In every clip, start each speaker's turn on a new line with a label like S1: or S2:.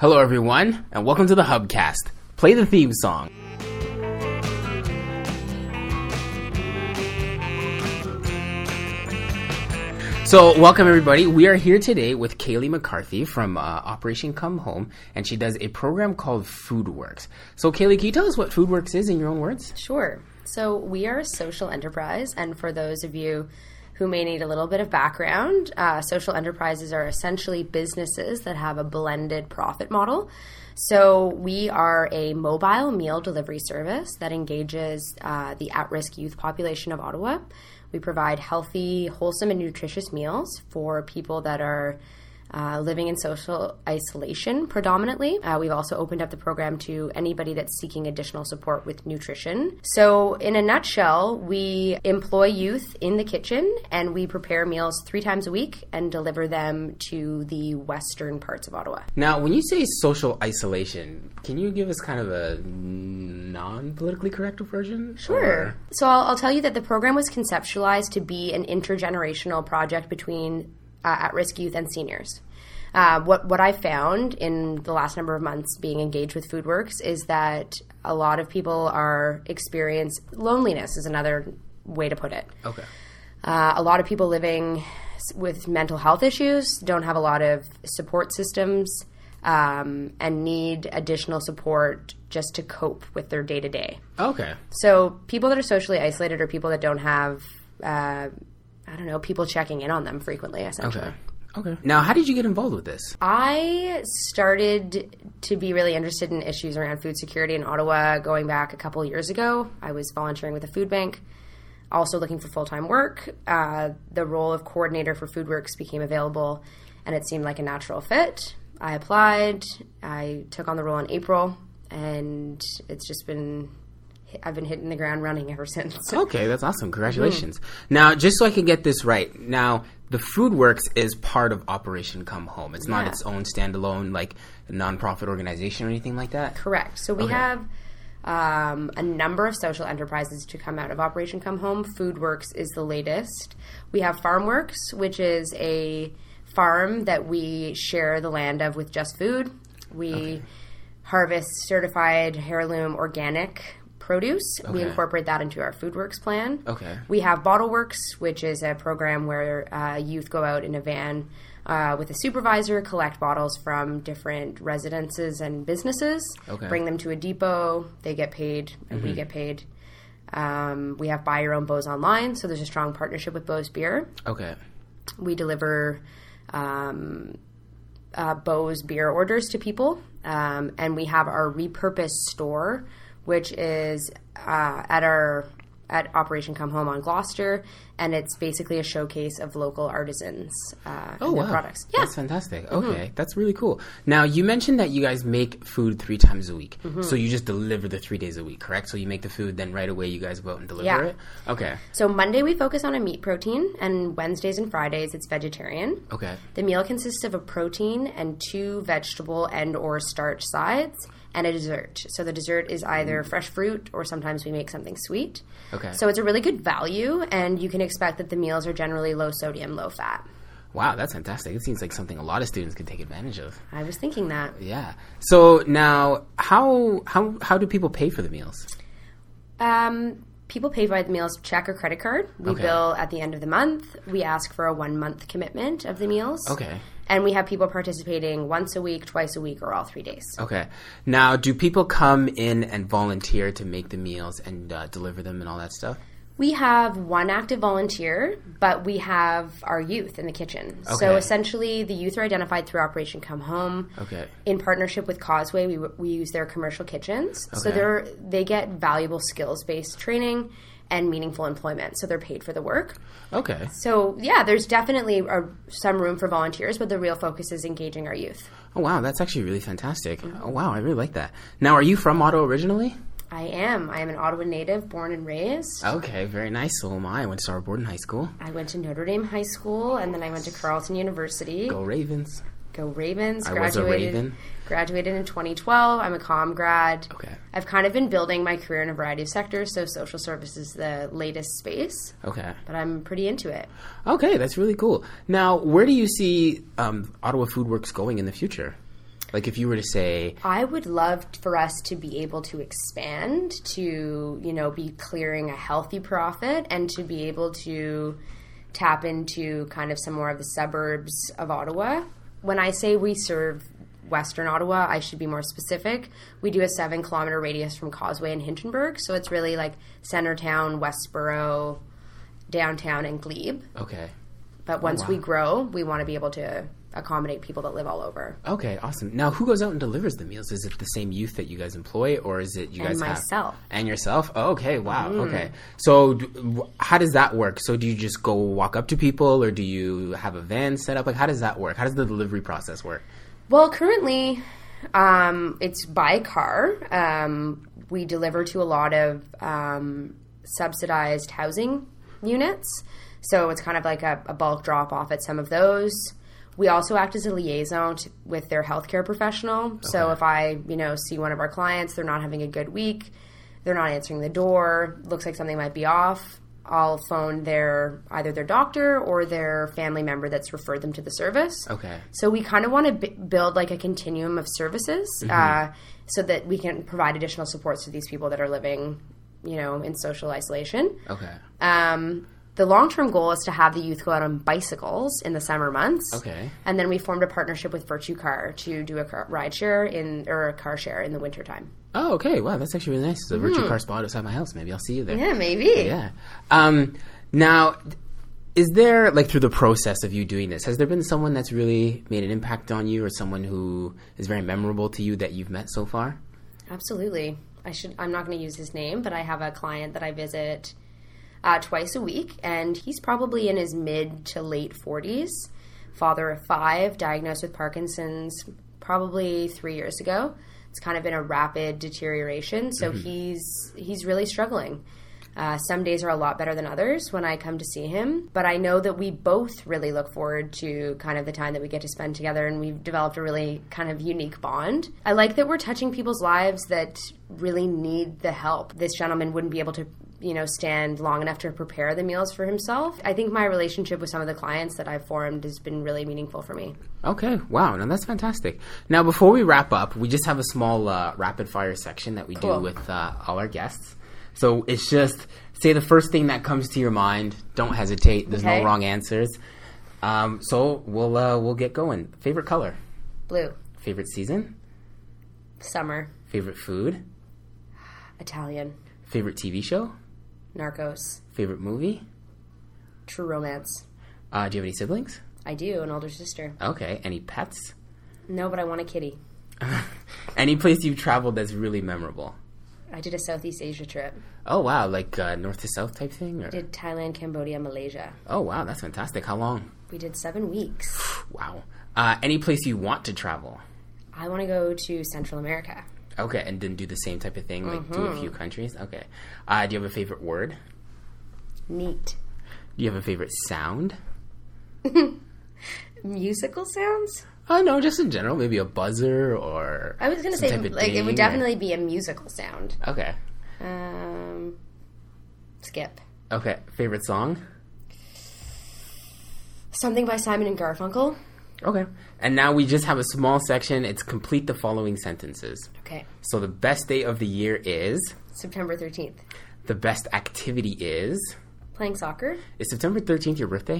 S1: Hello, everyone, and welcome to the Hubcast. Play the theme song. So, welcome everybody. We are here today with Kaylee McCarthy from uh, Operation Come Home, and she does a program called FoodWorks. So, Kaylee, can you tell us what FoodWorks is in your own words?
S2: Sure. So we are a social enterprise, and for those of you who may need a little bit of background, uh, social enterprises are essentially businesses that have a blended profit model. So we are a mobile meal delivery service that engages uh, the at-risk youth population of Ottawa. We provide healthy, wholesome, and nutritious meals for people that are uh, living in social isolation predominantly. Uh, we've also opened up the program to anybody that's seeking additional support with nutrition. So, in a nutshell, we employ youth in the kitchen and we prepare meals three times a week and deliver them to the western parts of Ottawa.
S1: Now, when you say social isolation, can you give us kind of a non politically correct version?
S2: Sure.
S1: Or-
S2: So I'll, I'll tell you that the program was conceptualized to be an intergenerational project between uh, at-risk youth and seniors. Uh, what what I found in the last number of months being engaged with FoodWorks is that a lot of people are experience loneliness is another way to put it.
S1: Okay.
S2: Uh, a lot of people living s- with mental health issues don't have a lot of support systems um, and need additional support just to cope with their day to day.
S1: Okay.
S2: So people that are socially isolated are people that don't have, uh, I don't know, people checking in on them frequently. Essentially,
S1: Okay. Okay. Now, how did you get involved with this?
S2: I started to be really interested in issues around food security in Ottawa going back a couple years ago. I was volunteering with a food bank. Also looking for full time work. Uh, the role of coordinator for FoodWorks became available, and it seemed like a natural fit. I applied. I took on the role in April, and it's just been I've been hitting the ground running ever since.
S1: Okay, that's awesome. Congratulations. Now, just so I can get this right, now the FoodWorks is part of Operation Come Home. It's not
S2: Yeah.
S1: its own standalone like nonprofit organization or anything like that.
S2: Correct. So we have um, a number of social enterprises to come out of Operation Come Home. FoodWorks is the latest. We have FarmWorks, which is a farm that we share the land of with Just Food. We harvest certified heirloom organic produce. We
S1: Okay.
S2: incorporate that into our FoodWorks plan.
S1: Okay.
S2: We have Bottle Works, which is a program where uh, youth go out in a van uh, with a supervisor, collect bottles from different residences and businesses,
S1: Okay.
S2: bring them to a depot. They get paid, and we get paid. Um, we have Buy Your Own Bose Online, so there's a strong partnership with Bose Beer.
S1: Okay.
S2: We deliver um, uh, Bose beer orders to people, um, and we have our repurposed store, which is uh, at our at Operation Come Home on Gloucester, and it's basically a showcase of local artisans uh, and their products.
S1: Oh,
S2: Yeah, Mm-hmm.
S1: That's fantastic. Okay, that's really cool. Now, you mentioned that you guys make food three times a week.
S2: Mm-hmm.
S1: So you just deliver the three days a week, correct? So you make the food, then right away you guys go out and deliver
S2: Yeah.
S1: it? Okay.
S2: so Monday we focus on a meat protein, and Wednesdays and Fridays it's vegetarian.
S1: Okay.
S2: The meal consists of a protein and two vegetable and or starch sides and a dessert. So the dessert is either fresh fruit or sometimes we make something sweet.
S1: Mm. Okay.
S2: So it's a really good value and you can expect that the meals are generally low sodium, low fat.
S1: Wow, that's fantastic. It seems like something a lot of students could take advantage of.
S2: I was thinking that.
S1: Yeah. So now, how how how do people pay for the meals?
S2: Um People pay by the meals check or credit card. We
S1: Okay.
S2: bill at the end of the month. We ask for a one month commitment of the meals.
S1: Okay.
S2: And we have people participating once a week, twice a week, or all three days.
S1: Okay. Now, do people come in and volunteer to make the meals and uh, deliver them and all that stuff?
S2: We have one active volunteer, but we have our youth in the kitchen. So
S1: Okay.
S2: essentially, the youth are identified through Operation Come Home.
S1: Okay.
S2: In partnership with Causeway, we, we use their commercial kitchens. So
S1: Okay.
S2: they're, they get valuable skills based training and meaningful employment. So they're paid for the work.
S1: Okay.
S2: So, yeah, there's definitely uh some room for volunteers, but the real focus is engaging our youth.
S1: Oh wow, that's actually really fantastic. Oh wow, I really like that. Now, are you from Ottawa originally?
S2: I am. I am an Ottawa native, born and raised.
S1: Okay, very nice. So am I. I went to Starboard in high school.
S2: I went to Notre Dame High School, and then I went to Carleton University.
S1: Go Ravens.
S2: Go Ravens.
S1: I was a
S2: Graduated,
S1: Raven.
S2: Graduated in 2012. I'm a comm grad.
S1: Okay.
S2: I've kind of been building my career in a variety of sectors, so social service is the latest space,
S1: Okay.
S2: but I'm pretty into it.
S1: Okay, that's really cool. Now, where do you see um, Ottawa Foodworks going in the future? Like if you were to say,
S2: I would love for us to be able to expand to, you know, be clearing a healthy profit and to be able to tap into kind of some more of the suburbs of Ottawa. When I say we serve Western Ottawa, I should be more specific. We do a seven kilometer radius from Causeway and Hintonburg, so it's really like Centertown, Westboro, downtown, and Glebe.
S1: okay,
S2: But once we grow, we want to be able to accommodate people that live all over.
S1: okay, awesome. Now, who goes out and delivers the meals? Is it the same youth that you guys employ, or is it you
S2: And
S1: guys have-
S2: myself. Mm.
S1: and yourself? Oh, okay, wow, okay. So, d- wh- how does that work? So, do you just go walk up to people, or do you have a van set up? Like, how does that work? How does the delivery process work?
S2: Well, currently, um, it's by car. Um, we deliver to a lot of um, subsidized housing units. So it's kind of like a, a bulk drop off at some of those. We also act as a liaison to, with their healthcare professional. So if I, you know, see one of our clients, they're not having a good week, they're not answering the door, looks like something might be off. I'll phone their either their doctor or their family member that's referred them to the service.
S1: Okay.
S2: So we kind of want to b- build like a continuum of services uh, so that we can provide additional supports to these people that are living, you know, in social isolation.
S1: Okay.
S2: Um, the long term goal is to have the youth go out on bicycles in the summer months.
S1: Okay.
S2: And then we formed a partnership with Virtue Car to do a car- ride share in or a car share in the wintertime.
S1: Oh, okay. Wow, that's actually really nice. The virtue
S2: mm.
S1: car spot outside my house. Maybe I'll see you there.
S2: Yeah, maybe.
S1: Yeah. Um, now, is there like through the process of you doing this, has there been someone that's really made an impact on you, or someone who is very memorable to you that you've met so far?
S2: Absolutely. I should. I'm not going to use his name, but I have a client that I visit uh, twice a week, and he's probably in his mid to late 40s, father of five, diagnosed with Parkinson's probably three years ago. It's kind of been a rapid deterioration, so he's he's really struggling. Uh, some days are a lot better than others when I come to see him, but I know that we both really look forward to kind of the time that we get to spend together, and we've developed a really kind of unique bond. I like that we're touching people's lives that really need the help. This gentleman wouldn't be able to, you know, stand long enough to prepare the meals for himself. I think my relationship with some of the clients that I've formed has been really meaningful for me.
S1: Okay, wow, now that's fantastic. Now, before we wrap up, we just have a small uh, rapid fire section that we do
S2: Cool.
S1: with uh, all our guests. So it's just say the first thing that comes to your mind. Don't hesitate. There's
S2: Okay.
S1: no wrong answers. Um, so we'll uh, we'll get going. Favorite color,
S2: Blue,
S1: favorite season,
S2: summer,
S1: favorite food,
S2: Italian,
S1: favorite TV show,
S2: narcos,
S1: favorite movie.
S2: true romance.
S1: Uh, do you have any siblings?
S2: I do, an older sister.
S1: Okay. Any pets?
S2: No, but I want a kitty.
S1: any place you've traveled that's really memorable?
S2: I did a Southeast Asia trip.
S1: Oh wow, like uh, north to south type thing? Or?
S2: Did Thailand, Cambodia, Malaysia.
S1: Oh wow, that's fantastic. How long?
S2: We did seven weeks.
S1: Wow. Uh, any place you want to travel?
S2: I want to go to Central America.
S1: Okay, and then do the same type of thing, like do a few countries. Okay. Uh, do you have a favorite word?
S2: Neat.
S1: Do you have a favorite sound?
S2: Musical sounds?
S1: Uh, no, just in general, maybe a buzzer or.
S2: I was gonna
S1: some
S2: say
S1: type of
S2: like it
S1: ding or-
S2: would definitely be a musical sound.
S1: Okay.
S2: Um, skip
S1: Okay. Favorite song?
S2: something by Simon and Garfunkel.
S1: Okay. And now we just have a small section. It's complete the following sentences.
S2: Okay,
S1: So the best day of the year is.
S2: September thirteenth.
S1: The best activity is.
S2: Playing soccer.
S1: Is September 13th your birthday?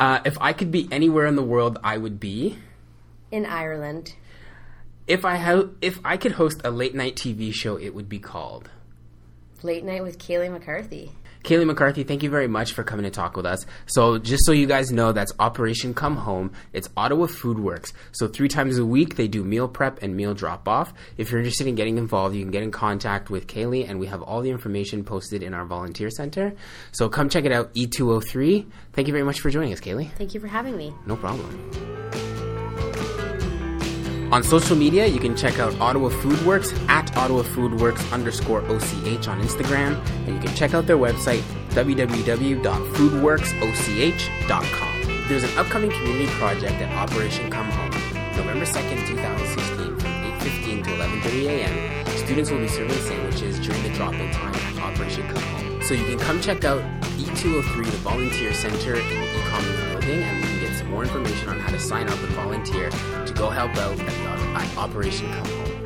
S1: uh, if I could be anywhere in the world, I would be.
S2: In Ireland,
S1: If I ho- if I could host a late night TV show, it would be called.
S2: late night with Kaylee McCarthy.
S1: Kaylee McCarthy, thank you very much for coming to talk with us. So, just so you guys know, that's Operation Come Home. It's Ottawa Food Works. So, three times a week, they do meal prep and meal drop off. If you're interested in getting involved, you can get in contact with Kaylee, and we have all the information posted in our volunteer center. So, come check it out, E E203. Thank you very much for joining us, Kaylee.
S2: Thank you for having me.
S1: No problem. On social media, you can check out Ottawa Foodworks at Ottawa Foodworks underscore OCH on Instagram, and you can check out their website, www.foodworksoch.com. There's an upcoming community project at Operation Come Home, November 2nd, 2016, from 8.15 to 11.30 a.m. Students will be serving sandwiches during the drop-in time at Operation Come E oh Home. So you can come check out E203, the Volunteer Center in the Economy Building, and we can get some more information on how to sign up and volunteer to go help out at, the, at Operation Come Home.